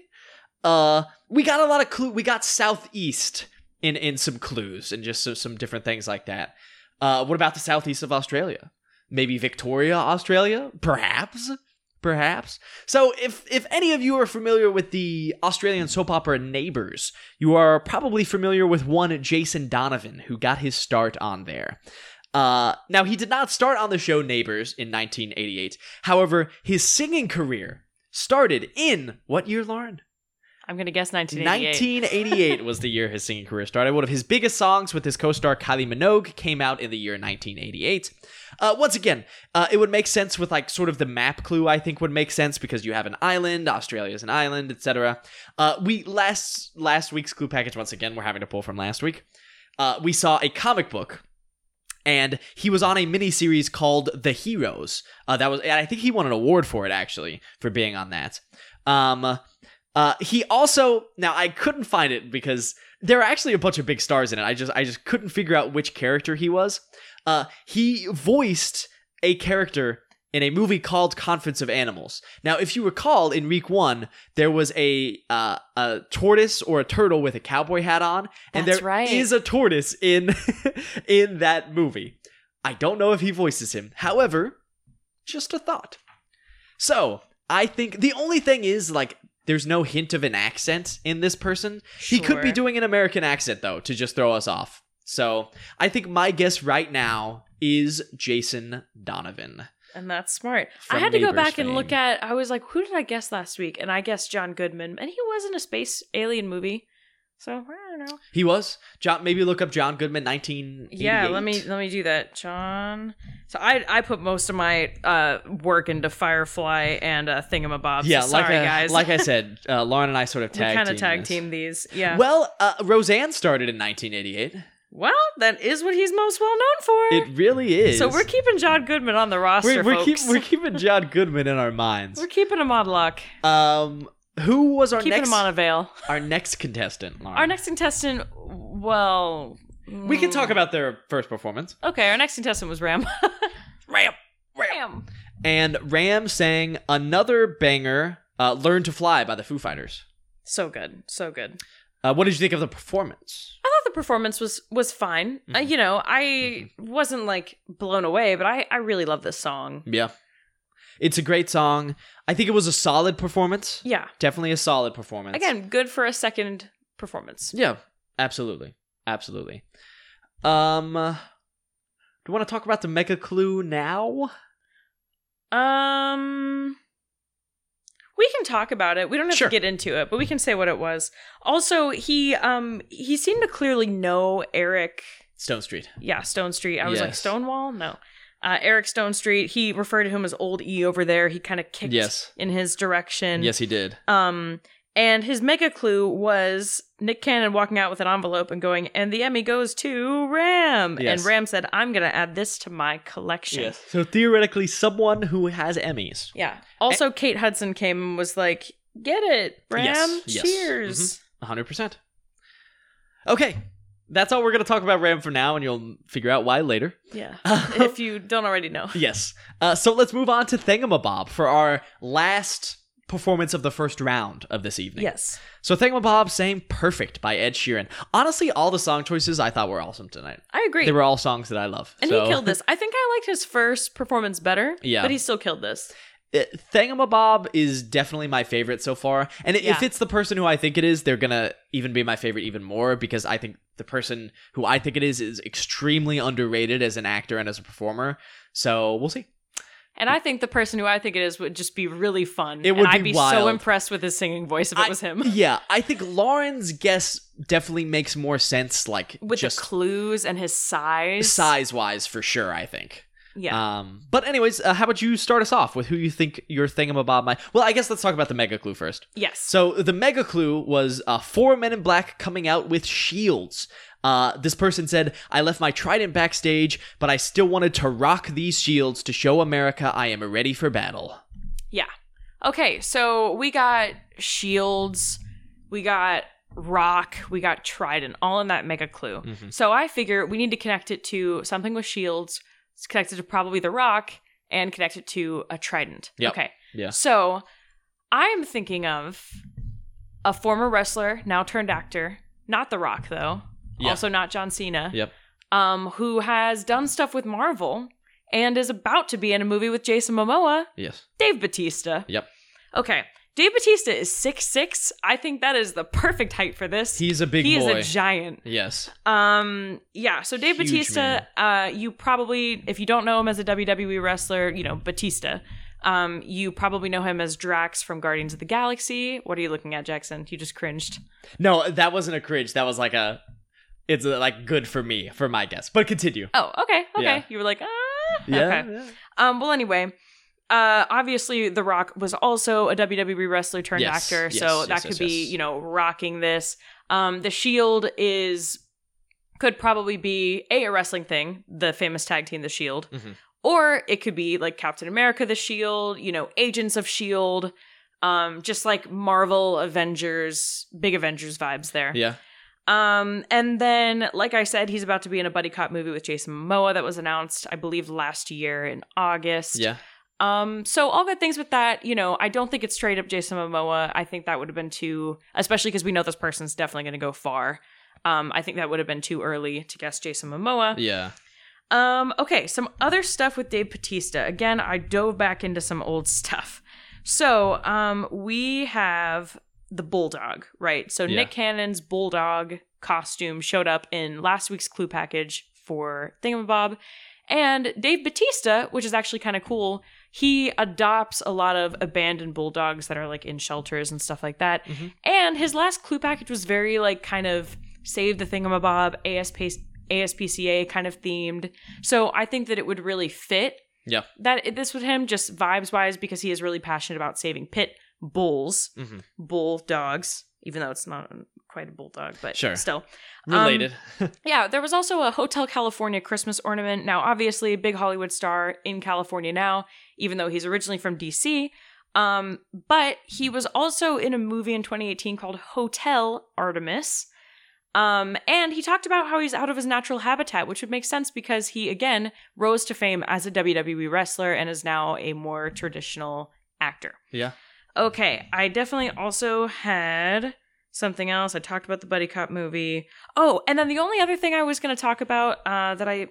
A: Uh, we got a lot of clue. We got southeast in in some clues and just some, some different things like that. Uh, what about the southeast of Australia? Maybe Victoria, Australia, perhaps, perhaps. So if if any of you are familiar with the Australian soap opera Neighbours, you are probably familiar with one Jason Donovan who got his start on there. Uh, now he did not start on the show Neighbors in 1988. However, his singing career started in what year, Lauren?
B: I'm gonna guess 1988.
A: 1988 was the year his singing career started. One of his biggest songs with his co-star Kylie Minogue came out in the year 1988. Uh, once again, uh, it would make sense with like sort of the map clue. I think would make sense because you have an island, Australia's an island, etc. Uh, we last last week's clue package once again. We're having to pull from last week. Uh, we saw a comic book. And he was on a miniseries called The Heroes. Uh, that was, and I think he won an award for it actually for being on that. Um, uh, he also now I couldn't find it because there are actually a bunch of big stars in it. I just I just couldn't figure out which character he was. Uh, he voiced a character in a movie called Conference of Animals. Now, if you recall, in week one there was a uh, a tortoise or a turtle with a cowboy hat on, and
B: That's
A: there
B: right.
A: is a tortoise in in that movie. I don't know if he voices him. However, just a thought. So I think the only thing is like there's no hint of an accent in this person. He could be
B: Sure.
A: doing an American accent though to just throw us off. So I think my guess right now is Jason Donovan.
B: and that's smart. I
A: From
B: had to go
A: Neighbours
B: back and look
A: fame.
B: at. I was like, who did I guess last week? And I guessed John Goodman, and he was in a space alien movie. So I don't know.
A: He was John. Maybe look up John Goodman, nineteen.
B: Yeah, let me let me do that, John. So I I put most of my uh work into Firefly and uh, Thingamabob.
A: Yeah,
B: so
A: like
B: sorry
A: I,
B: guys.
A: like I said, uh, Lauren and I sort of
B: we
A: tag
B: kind of
A: team
B: tag
A: this.
B: team these. Yeah. Well,
A: Well, uh, Roseanne started in 1988.
B: that is what he's most well known for.
A: It really is.
B: so we're keeping John Goodman on the roster,
A: we're, we're, keep,
B: folks.
A: we're keeping John Goodman in our minds.
B: We're keeping him on lock.
A: Um, who was our
B: keeping
A: next
B: him on a veil.
A: our next contestant? Lauren?
B: Our next contestant, well,
A: We can talk
B: mm,
A: about their first performance.
B: Okay, our next contestant was Ram.
A: Ram.
B: Ram.
A: And Ram sang another banger, uh, "Learn to Fly" by the Foo Fighters.
B: So good, so good.
A: Uh, what did you think of the performance?
B: I thought the performance was was fine. Uh,
A: Mhm.
B: you know, I
A: Mm-hmm.
B: wasn't like blown away, but I I really love this song.
A: Yeah, it's a great song. I think it was a solid performance.
B: Yeah.
A: Definitely a solid performance.
B: Again, good for a second performance.
A: Yeah, absolutely, absolutely. Um, do you want to talk about the mega clue now?
B: Um, we can talk about it. We don't have
A: Sure.
B: to get into it, but we can say what it was. Also, he um he seemed to clearly know Eric.
A: Stone Street.
B: Yeah, Stone Street. I was like
A: Yes.
B: Stonewall. No, uh, Eric Stone Street. He referred to him as Old E over there. He kind of kicked
A: Yes.
B: in his direction.
A: Yes, he did.
B: Um, and his mega clue was Nick Cannon walking out with an envelope and going, and the Emmy goes to Ram.
A: Yes.
B: And Ram said, I'm going to add this to my collection.
A: So theoretically, someone who has Emmys.
B: Yeah. Also, Kate Hudson came and was like, get it, Ram.
A: Yes, yes.
B: Cheers.
A: 100%. Okay. That's all we're going to talk about Ram for now, and you'll figure out why later.
B: Yeah. if you don't already know.
A: yes. Uh, so let's move on to Thingamabob for our last performance of the first round of this evening.
B: Yes.
A: So Thingamabob sang Perfect by Ed Sheeran. Honestly, all the song choices I thought were awesome tonight.
B: I agree.
A: They were all songs that I love.
B: and
A: so.
B: he killed this. I think I liked his first performance better.
A: Yeah.
B: But he still killed this.
A: it, Thingamabob Uh, is definitely my favorite so far. And i-
B: Yeah.
A: if it's the person who I think it is, they're going to even be my favorite even more because I think the person who I think it is is extremely underrated as an actor and as a performer. So we'll see.
B: And I think the person who I think it is would just be really fun.
A: It would
B: and
A: be
B: I'd be so
A: wild.
B: impressed with his singing voice if it
A: I-
B: was him.
A: yeah, I think Lauren's guess definitely makes more sense, like
B: With
A: just
B: the clues and his size.
A: size wise for sure, I think.
B: Yeah.
A: Um, but, anyways, uh, how about you start us off with who you think your Thingamabob might. Well, I guess let's talk about the Mega Clue first.
B: yes.
A: So the mega clue was uh, four men in black coming out with shields. Uh, this person said, I left my trident backstage, but I still wanted to rock these shields to show America I am ready for battle.
B: Yeah. Okay, so we got shields, we got rock, we got trident, all in that mega clue.
A: Mm-hmm.
B: So I figure we need to connect it to something with shields. It's connected to probably the rock and connect it to a trident.
A: Yep.
B: Okay.
A: Yeah.
B: So I am thinking of a former wrestler, now turned actor, not The Rock though,
A: Yeah.
B: also not John Cena.
A: Yep.
B: Um, who has done stuff with Marvel and is about to be in a movie with Jason Momoa.
A: Yes.
B: Dave Batista.
A: Yep.
B: Okay. Dave Batista is six six. I think that is the perfect height for this.
A: He's a big
B: he
A: boy.
B: is a giant.
A: yes.
B: Um, yeah. So Dave
A: Huge
B: Batista, uh, you probably, if you don't know him as a WWE wrestler, you know Batista. Um, you probably know him as Drax from Guardians of the Galaxy. What are you looking at, Jackson? You just cringed.
A: No, that wasn't a cringe. That was like a. It's uh like good for me, for my guess. But continue.
B: Oh, okay, okay.
A: Yeah.
B: You were like, ah,
A: Yeah.
B: okay.
A: yeah.
B: Um, well, anyway, uh, obviously, The Rock was also a WWE wrestler turned
A: Yes,
B: actor,
A: yes,
B: so
A: yes,
B: that could
A: yes,
B: be
A: yes.
B: you know rocking this. Um, the Shield is could probably be a a wrestling thing, the famous tag team, The Shield,
A: Mhm.
B: or it could be like Captain America, The Shield, you know, Agents of Shield, um, just like Marvel Avengers, big Avengers vibes there.
A: Yeah.
B: Um, and then, like I said, he's about to be in a buddy cop movie with Jason Momoa that was announced, I believe, last year in August.
A: Yeah.
B: Um, so all good things with that. You know, I don't think it's straight up Jason Momoa. I think that would have been too, especially because we know this person's definitely going to go far. Um, I think that would have been too early to guess Jason Momoa.
A: Yeah.
B: Um, okay, some other stuff with Dave Patista. Again, I dove back into some old stuff. So, um, we have the bulldog, right? So
A: Yeah.
B: Nick Cannon's bulldog costume showed up in last week's clue package for Thingamabob. And Dave Batista, which is actually kind of cool, he adopts a lot of abandoned bulldogs that are like in shelters and stuff like that.
A: Mhm.
B: And his last clue package was very like kind of save the thingamabob, ASP, ASPCA kind of themed. So I think that it would really fit.
A: Yeah.
B: That this with him just vibes wise because he is really passionate about saving pit bulls,
A: Mhm.
B: bulldogs, even though it's not quite a bulldog, but
A: Sure.
B: still. Um,
A: Related.
B: Yeah, there was also a Hotel California Christmas ornament. Now, obviously, a big Hollywood star in California now, even though he's originally from DC. Um, but he was also in a movie in 2018 called Hotel Artemis. Um, and he talked about how he's out of his natural habitat, which would make sense because he, again, rose to fame as a WWE wrestler and is now a more traditional actor.
A: yeah.
B: Okay, I definitely also had something else. I talked about the Buddy Cop movie. Oh, and then the only other thing I was going to talk about uh, that I,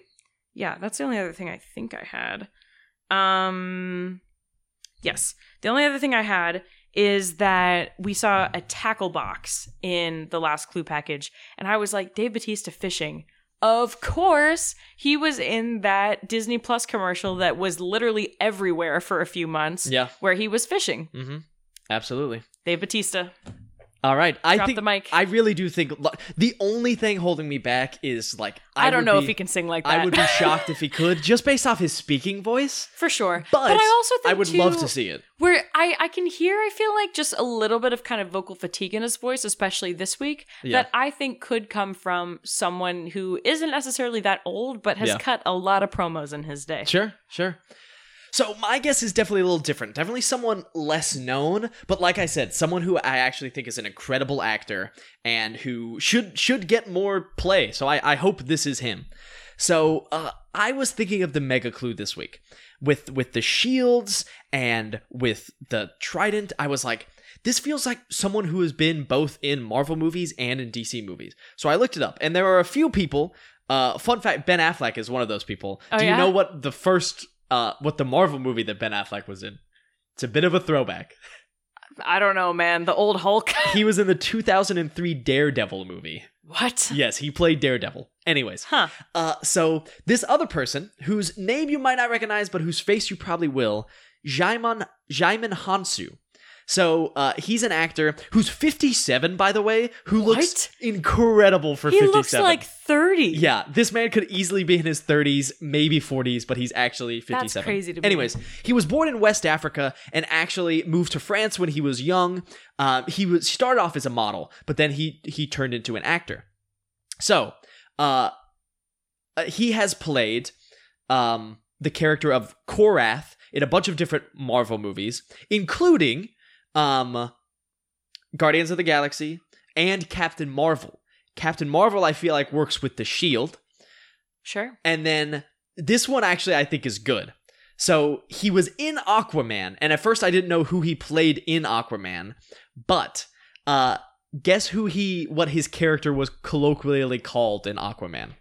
B: yeah, that's the only other thing I think I had. Um, yes, the only other thing I had is that we saw a tackle box in the last clue package, and I was like, Dave Batista fishing. Of course, he was in that Disney Plus commercial that was literally everywhere for a few months
A: Yeah.
B: where he was fishing.
A: Mm-hmm. Absolutely.
B: Dave Batista,
A: All right. I
B: drop
A: think
B: the mic. I,
A: I really do think lo- the only thing holding me back is like I,
B: don't
A: would
B: know
A: be-
B: if he can sing like that.
A: I would be shocked if he could, just based off his speaking voice.
B: for sure.
A: But,
B: I also think
A: I would
B: too,
A: love to see it.
B: where I, I can hear i feel like just a little bit of kind of vocal fatigue in his voice especially this week
A: Yeah.
B: that i think could come from someone who isn't necessarily that old but has
A: Yeah.
B: cut a lot of promos in his day
A: Sure, sure. So my guess is definitely a little different. Definitely someone less known, but like I said, someone who I actually think is an incredible actor and who should should get more play. So I, I hope this is him. So uh, I was thinking of the mega clue this week with with the shields and with the trident. I was like, this feels like someone who has been both in Marvel movies and in DC movies. So I looked it up, and there are a few people. Uh, fun fact: Ben Affleck is one of those people.
B: Oh,
A: Do you
B: yeah?
A: know what the first uh what the Marvel movie that Ben Affleck was in? It's a bit of a throwback.
B: i don't know man the old hulk
A: He was in the 2003 Daredevil movie.
B: what
A: Yes, he played Daredevil. Anyways,
B: huh
A: uh, so this other person, whose name you might not recognize, but whose face you probably will, Jaimon Jaimon Hansu. So uh, he's an actor who's 57, by the way, who looks incredible for
B: he
A: 57.
B: looks like 30
A: yeah, this man could easily be in his 30s, maybe 40s, but he's actually 57.
B: That's crazy to me.
A: Anyways, he was born in West Africa and actually moved to France when he was young. Um, he was started off as a model, but then he he turned into an actor. So, uh, uh, he has played um, the character of Korath in a bunch of different Marvel movies, including um, Guardians of the Galaxy and Captain Marvel. Captain Marvel, I E feel like, works with the shield.
B: sure
A: And then this one actually I think is good. So he was in Aquaman, and at first I didn't know who he played in Aquaman, but uh guess who he what his character was colloquially called in Aquaman?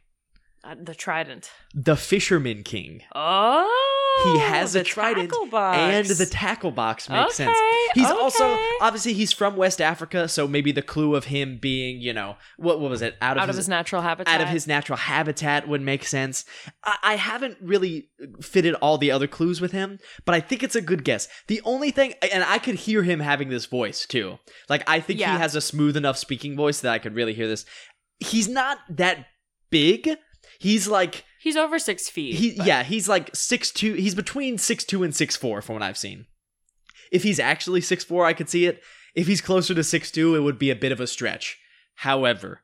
B: Uh, the trident
A: The Fisherman King.
B: oh
A: He has a
B: the
A: trident
B: tackle box.
A: And the tackle box makes
B: okay,
A: sense. He's also
B: okay.
A: obviously he's from West Africa, so maybe the clue of him being, you know, what what was it? Out of,
B: out of his natural habitat
A: out of his natural habitat would make sense. I, I haven't really fitted all the other clues with him, but I think it's a good guess. The only thing, and I could hear him having this voice too. Like I think
B: Yeah.
A: he has a smooth enough speaking voice that I could really hear this. He's not that big. He's like
B: he's over six feet
A: he
B: but-
A: yeah he's like six two. He's between six two and six four from what I've seen. If he's actually six four, I could see it. If he's closer to six two, it would be a bit of a stretch. However,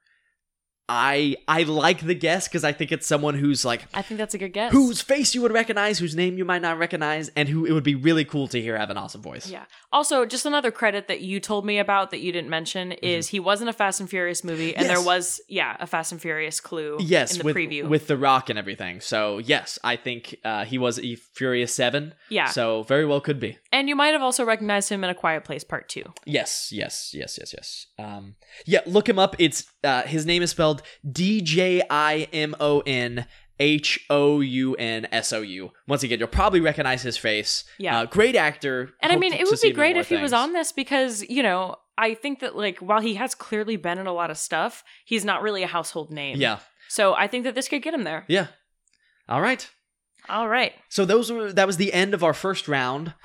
A: I I like the guess because I think it's someone who's like
B: i think that's a good guess
A: whose face you would recognize, whose name you might not recognize, and who it would be really cool to hear have an awesome voice.
B: Yeah. Also, just another credit that you told me about that you didn't mention is he was in a Fast and Furious movie, and there
A: Mm-hmm. Yes.
B: was yeah a Fast and Furious clue.
A: Yes,
B: in the
A: with
B: preview.
A: with the Rock and everything. So yes, I think uh, he was a Furious Seven.
B: yeah,
A: So very well could be.
B: and you might have also recognized him in A Quiet Place Part Two.
A: Yes, yes, yes, yes, yes. Um, yeah, look him up. It's uh, his name is spelled D J I M O N H O U N S O U. Once again, you'll probably recognize his face.
B: Yeah.
A: uh, great actor.
B: And I
A: Hope
B: mean,
A: to
B: it would
A: see
B: be
A: him in
B: great
A: more
B: if he was
A: things.
B: on this because you know I think that like while he has clearly been in a lot of stuff, he's not really a household name.
A: Yeah,
B: So I think that this could get him there.
A: yeah. All right.
B: All right.
A: So those were that was the end of our first round.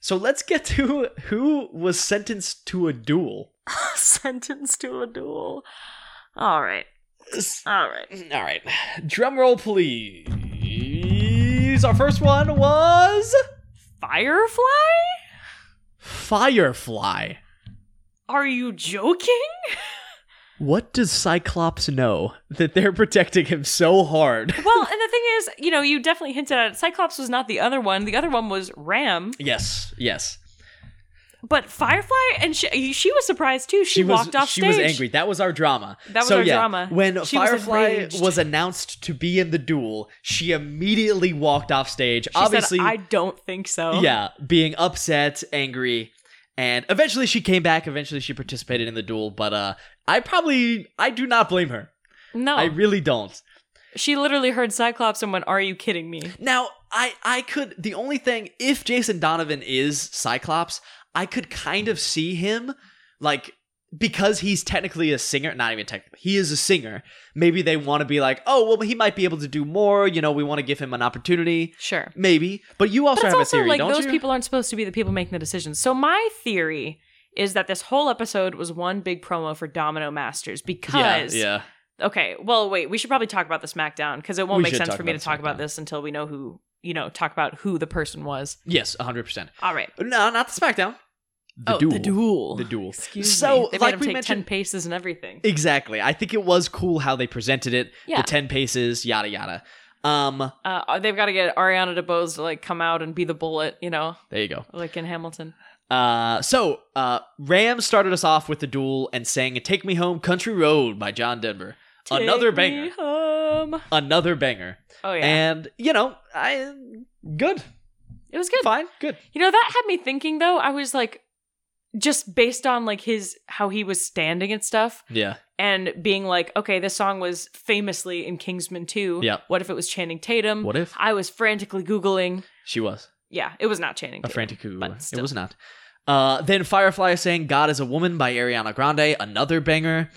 A: So let's get to who was sentenced to a duel.
B: Sentenced to a duel. All right. All right.
A: All right, drum roll, please. Our first one was
B: Firefly?
A: Firefly.
B: Are you joking?
A: What does Cyclops know that they're protecting him so hard?
B: well, and the thing is, you know, you definitely hinted at it. Cyclops was not the other one. The other one was Ram,
A: Yes, yes.
B: but Firefly, and she, she was surprised too. She,
A: was
B: walked off
A: she
B: stage.
A: was angry. That was our drama.
B: That was
A: so,
B: our
A: yeah,
B: drama.
A: When
B: She was
A: Firefly was,
B: enraged.
A: announced to be in the duel, she immediately walked off stage.
B: She
A: obviously,
B: said, "I don't think so."
A: yeah, being upset, angry, and eventually she came back. Eventually she participated in the duel, but uh I probably I do not blame her.
B: no,
A: I really don't.
B: she literally heard Cyclops and went, "Are you kidding me?"
A: Now, I I could the only thing if Jason Donovan is Cyclops, I could kind of see him like because he's technically a singer, not even technically, he is a singer. Maybe they want to be like, oh, well, he might be able to do more. You know, we want to give him an opportunity.
B: Sure.
A: Maybe, but you also
B: But it's
A: have
B: also
A: a theory,
B: like
A: don't
B: those
A: you?
B: people aren't supposed to be the people making the decisions. So my theory is that this whole episode was one big promo for Domino Masters
A: yeah,
B: because
A: yeah,
B: okay, well wait, we should probably talk about the SmackDown because it won't
A: We
B: make
A: should
B: sense
A: talk
B: for me to
A: about
B: talk about
A: SmackDown.
B: this until we know who you know talk about who the person was.
A: yes, hundred percent.
B: All right.
A: No, not the SmackDown. The
B: oh,
A: duel.
B: the duel.
A: The duel.
B: Excuse
A: So,
B: me. They
A: like
B: made him
A: we
B: take ten
A: mentioned-
B: paces and everything.
A: Exactly. I think it was cool how they presented it.
B: Yeah.
A: The ten paces, yada yada. Um,
B: Uh, they've got to get Ariana DeBose to like come out and be the bullet, you know,
A: there you go.
B: like in Hamilton.
A: Uh, so uh, Ram started us off with the duel and sang "Take Me Home, Country Road" by John Denver. another
B: Take me
A: banger.
B: home.
A: Another banger.
B: Oh yeah,
A: And you know, I good,
B: it was good.
A: fine, good.
B: You know, that had me thinking though. I was like, just based on like his how he was standing and stuff,
A: Yeah,
B: and being like, okay, this song was famously in Kingsman 2.
A: Yeah.
B: What if it was Channing Tatum?
A: What if?
B: I was frantically Googling.
A: she was
B: Yeah, it was not Channing
A: a
B: Tatum.
A: frantic cuckoo.
B: but
A: It
B: still.
A: was not. Uh, then Firefly sang "God Is a Woman" by Ariana Grande. Another banger.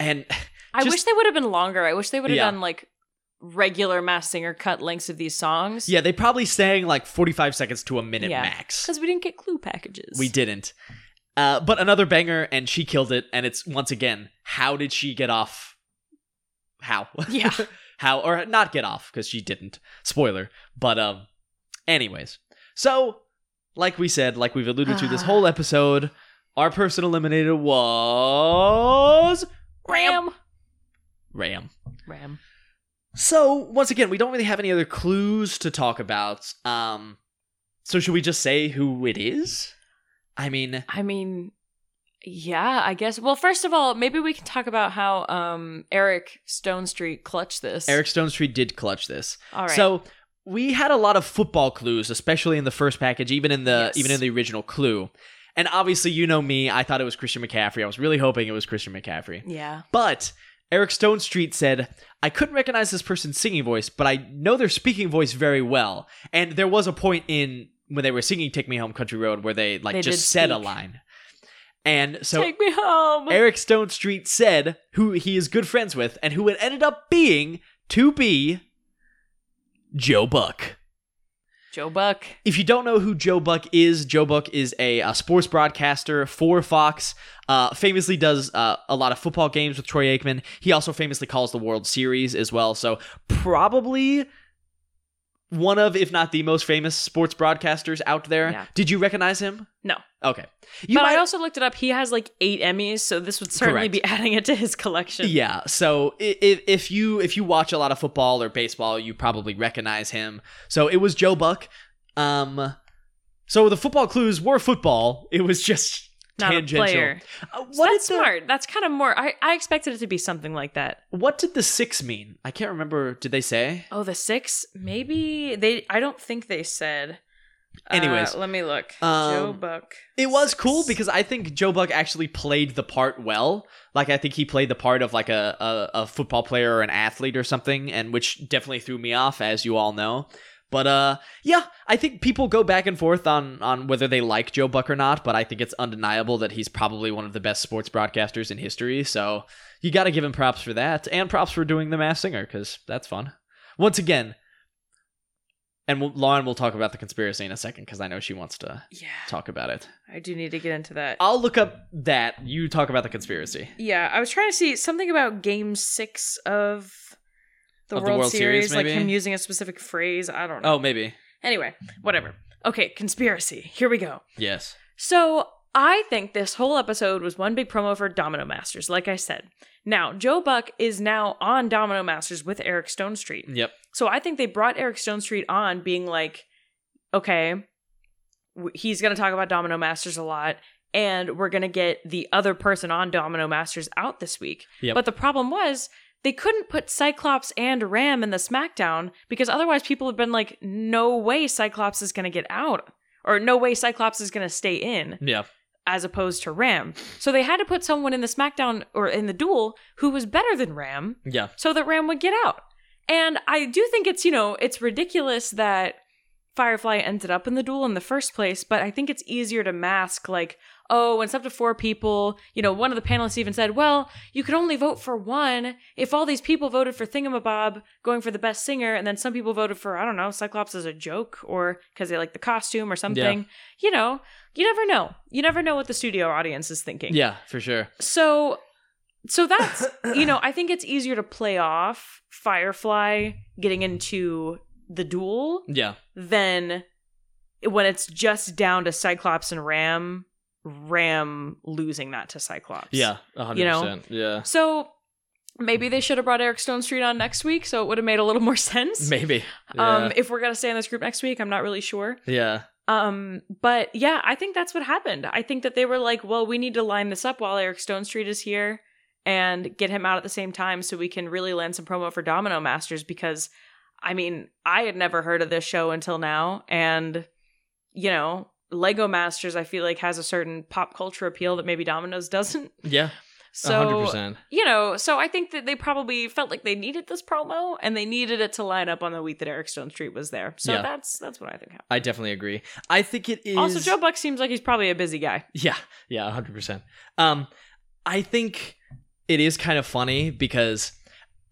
A: And
B: I
A: just-
B: wish they would have been longer. I wish they would have
A: Yeah.
B: done like regular mass singer cut lengths of these songs.
A: yeah, they probably sang like forty-five seconds to a minute
B: Yeah.
A: max.
B: Because we didn't get clue packages.
A: We didn't. Uh, but another banger, and she killed it. And it's once again, how did she get off? How?
B: Yeah.
A: how or not get off because she didn't. Spoiler. But um, anyways, so like we said, like we've alluded to this
B: Ah.
A: whole episode, our person eliminated was
B: Ram.
A: Ram.
B: Ram.
A: So once again, we don't really have any other clues to talk about. Um, so should we just say who it is? I mean,
B: I mean, yeah, I guess. Well, first of all, maybe we can talk about how um Eric Stone Street clutched this.
A: Eric Stone Street did clutch this.
B: all right.
A: So we had a lot of football clues, especially in the first package, even in the
B: Yes.
A: even in the original clue. And obviously, you know me. I thought it was Christian McCaffrey. I was really hoping it was Christian McCaffrey.
B: yeah,
A: But Eric Stone Street said, "I couldn't recognize this person's singing voice, but I know their speaking voice very well." And there was a point in when they were singing "Take Me Home, Country Road" where they like
B: They did
A: just said a
B: speak.
A: line. And so
B: take me home.
A: Eric Stone Street said, who he is good friends with, and who it ended up being to be Joe Buck.
B: Joe Buck.
A: If you don't know who Joe Buck is, Joe Buck is a, uh sports broadcaster for Fox. Uh, famously does uh, a lot of football games with Troy Aikman. He also famously calls the World Series as well. So probably one of, if not the most famous sports broadcasters out there.
B: Yeah.
A: Did you recognize him?
B: No,
A: Okay. You
B: but
A: might-
B: I also looked it up. He has like eight Emmys, so this would certainly
A: Correct.
B: be adding it to his collection.
A: Yeah. So if, if you if you watch a lot of football or baseball, you probably recognize him. So it was Joe Buck. Um, so the football clues were football. It was just
B: Not
A: tangential.
B: a player.
A: Uh, what
B: That's
A: did the,
B: smart. That's kind of more. I, I expected it to be something like that.
A: What did the six mean? I can't remember. Did they say?
B: Oh, the six? Maybe they. I don't think they said. Uh,
A: Anyways.
B: let me look. Joe
A: Um,
B: Buck.
A: It was
B: Six.
A: cool because I think Joe Buck actually played the part well. Like I think he played the part of like a, a, a football player or an athlete or something, and which definitely threw me off, as you all know. But uh, yeah, I think people go back and forth on on whether they like Joe Buck or not. But I think it's undeniable that he's probably one of the best sports broadcasters in history. So you got to give him props for that, and props for doing the Mass Singer because that's fun. Once again, and we'll, Lauren will talk about the conspiracy in a second because I know she wants to
B: Yeah,
A: talk about it.
B: I do need to get into that.
A: I'll look up that. You talk about the conspiracy.
B: Yeah, I was trying to see something about Game Six of the,
A: Of
B: World, Series, like him using a specific phrase. I don't know.
A: Oh, maybe.
B: Anyway, whatever. Okay, conspiracy. Here we go.
A: Yes.
B: So I think this whole episode was one big promo for Domino Masters. Like I said, now Joe Buck is now on Domino Masters with Eric Stone Street.
A: Yep.
B: So I think they brought Eric Stone Street on, being like, okay, w- he's going to talk about Domino Masters a lot, and we're going to get the other person on Domino Masters out this week.
A: Yep.
B: But the problem was they couldn't put Cyclops and Ram in the SmackDown because otherwise people have been like, no way Cyclops is going to get out, or no way Cyclops is going to stay in
A: Yeah.
B: as opposed to Ram. So they had to put someone in the SmackDown or in the duel who was better than Ram
A: Yeah.
B: so that Ram would get out. And I do think it's, you know, it's ridiculous that Firefly ended up in the duel in the first place, but I think it's easier to mask, like, oh, when it's up to four people, you know, one of the panelists even said, well, you could only vote for one if all these people voted for Thingamabob going for the best singer, and then some people voted for, I don't know, Cyclops as a joke or because they like the costume or something. You know, you never know. You never know what the studio audience is thinking.
A: Yeah, for sure.
B: So, so that's you know, I think it's easier to play off Firefly getting into the duel
A: Yeah.
B: than when it's just down to Cyclops and Ram. Ram losing that to Cyclops.
A: Yeah. 100%.
B: You know?
A: yeah.
B: So maybe they should have brought Eric Stone Street on next week, so it would have made a little more sense.
A: Maybe.
B: Um, if we're gonna stay in this group next week, I'm not really sure.
A: yeah. yeah.
B: Um, but yeah, I think that's what happened. I think that they were like, well, we need to line this up while Eric Stone Street is here and get him out at the same time so we can really land some promo for Domino Masters because I mean, I had never heard of this show until now and you know, Lego Masters I feel like has a certain pop culture appeal that maybe Domino's doesn't.
A: Yeah.
B: So
A: 100%.
B: you know, so I think that they probably felt like they needed this promo and they needed it to line up on the week that Eric Stone Street was there. So
A: Yeah.
B: that's that's what I think happened.
A: I definitely agree. I think it is.
B: Also, Joe Buck seems like he's probably a busy guy.
A: Yeah, yeah, hundred percent. Um, I think it is kind of funny because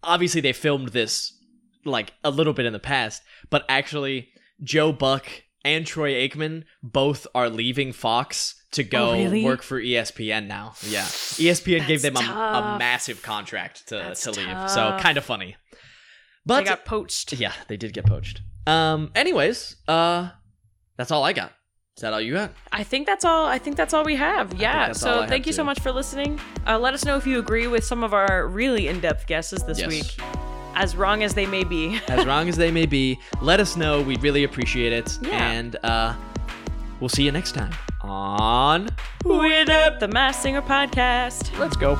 A: obviously they filmed this like a little bit in the past, but actually Joe Buck and Troy Aikman both are leaving Fox to go
B: Oh, really?
A: work for E ESPN now. Yeah, E ESPN gave them
B: That's
A: a, a
B: tough.
A: massive contract to
B: That's
A: to leave, so
B: tough.
A: kind of funny. But
B: they got poached.
A: yeah, they did get poached. Um, anyways, uh, that's all I got. Is that all you got?
B: I think that's all. I think that's all we have. Yeah.
A: that's all I
B: So
A: have,
B: thank you so
A: too.
B: much for listening. Uh, let us know if you agree with some of our really in-depth guesses this
A: Yes.
B: week, as wrong as they may be.
A: as wrong as they may be, let us know. We'd really appreciate it.
B: Yeah.
A: And uh, we'll see you next time on
B: Weird up the Mass Singer podcast.
A: Let's Go.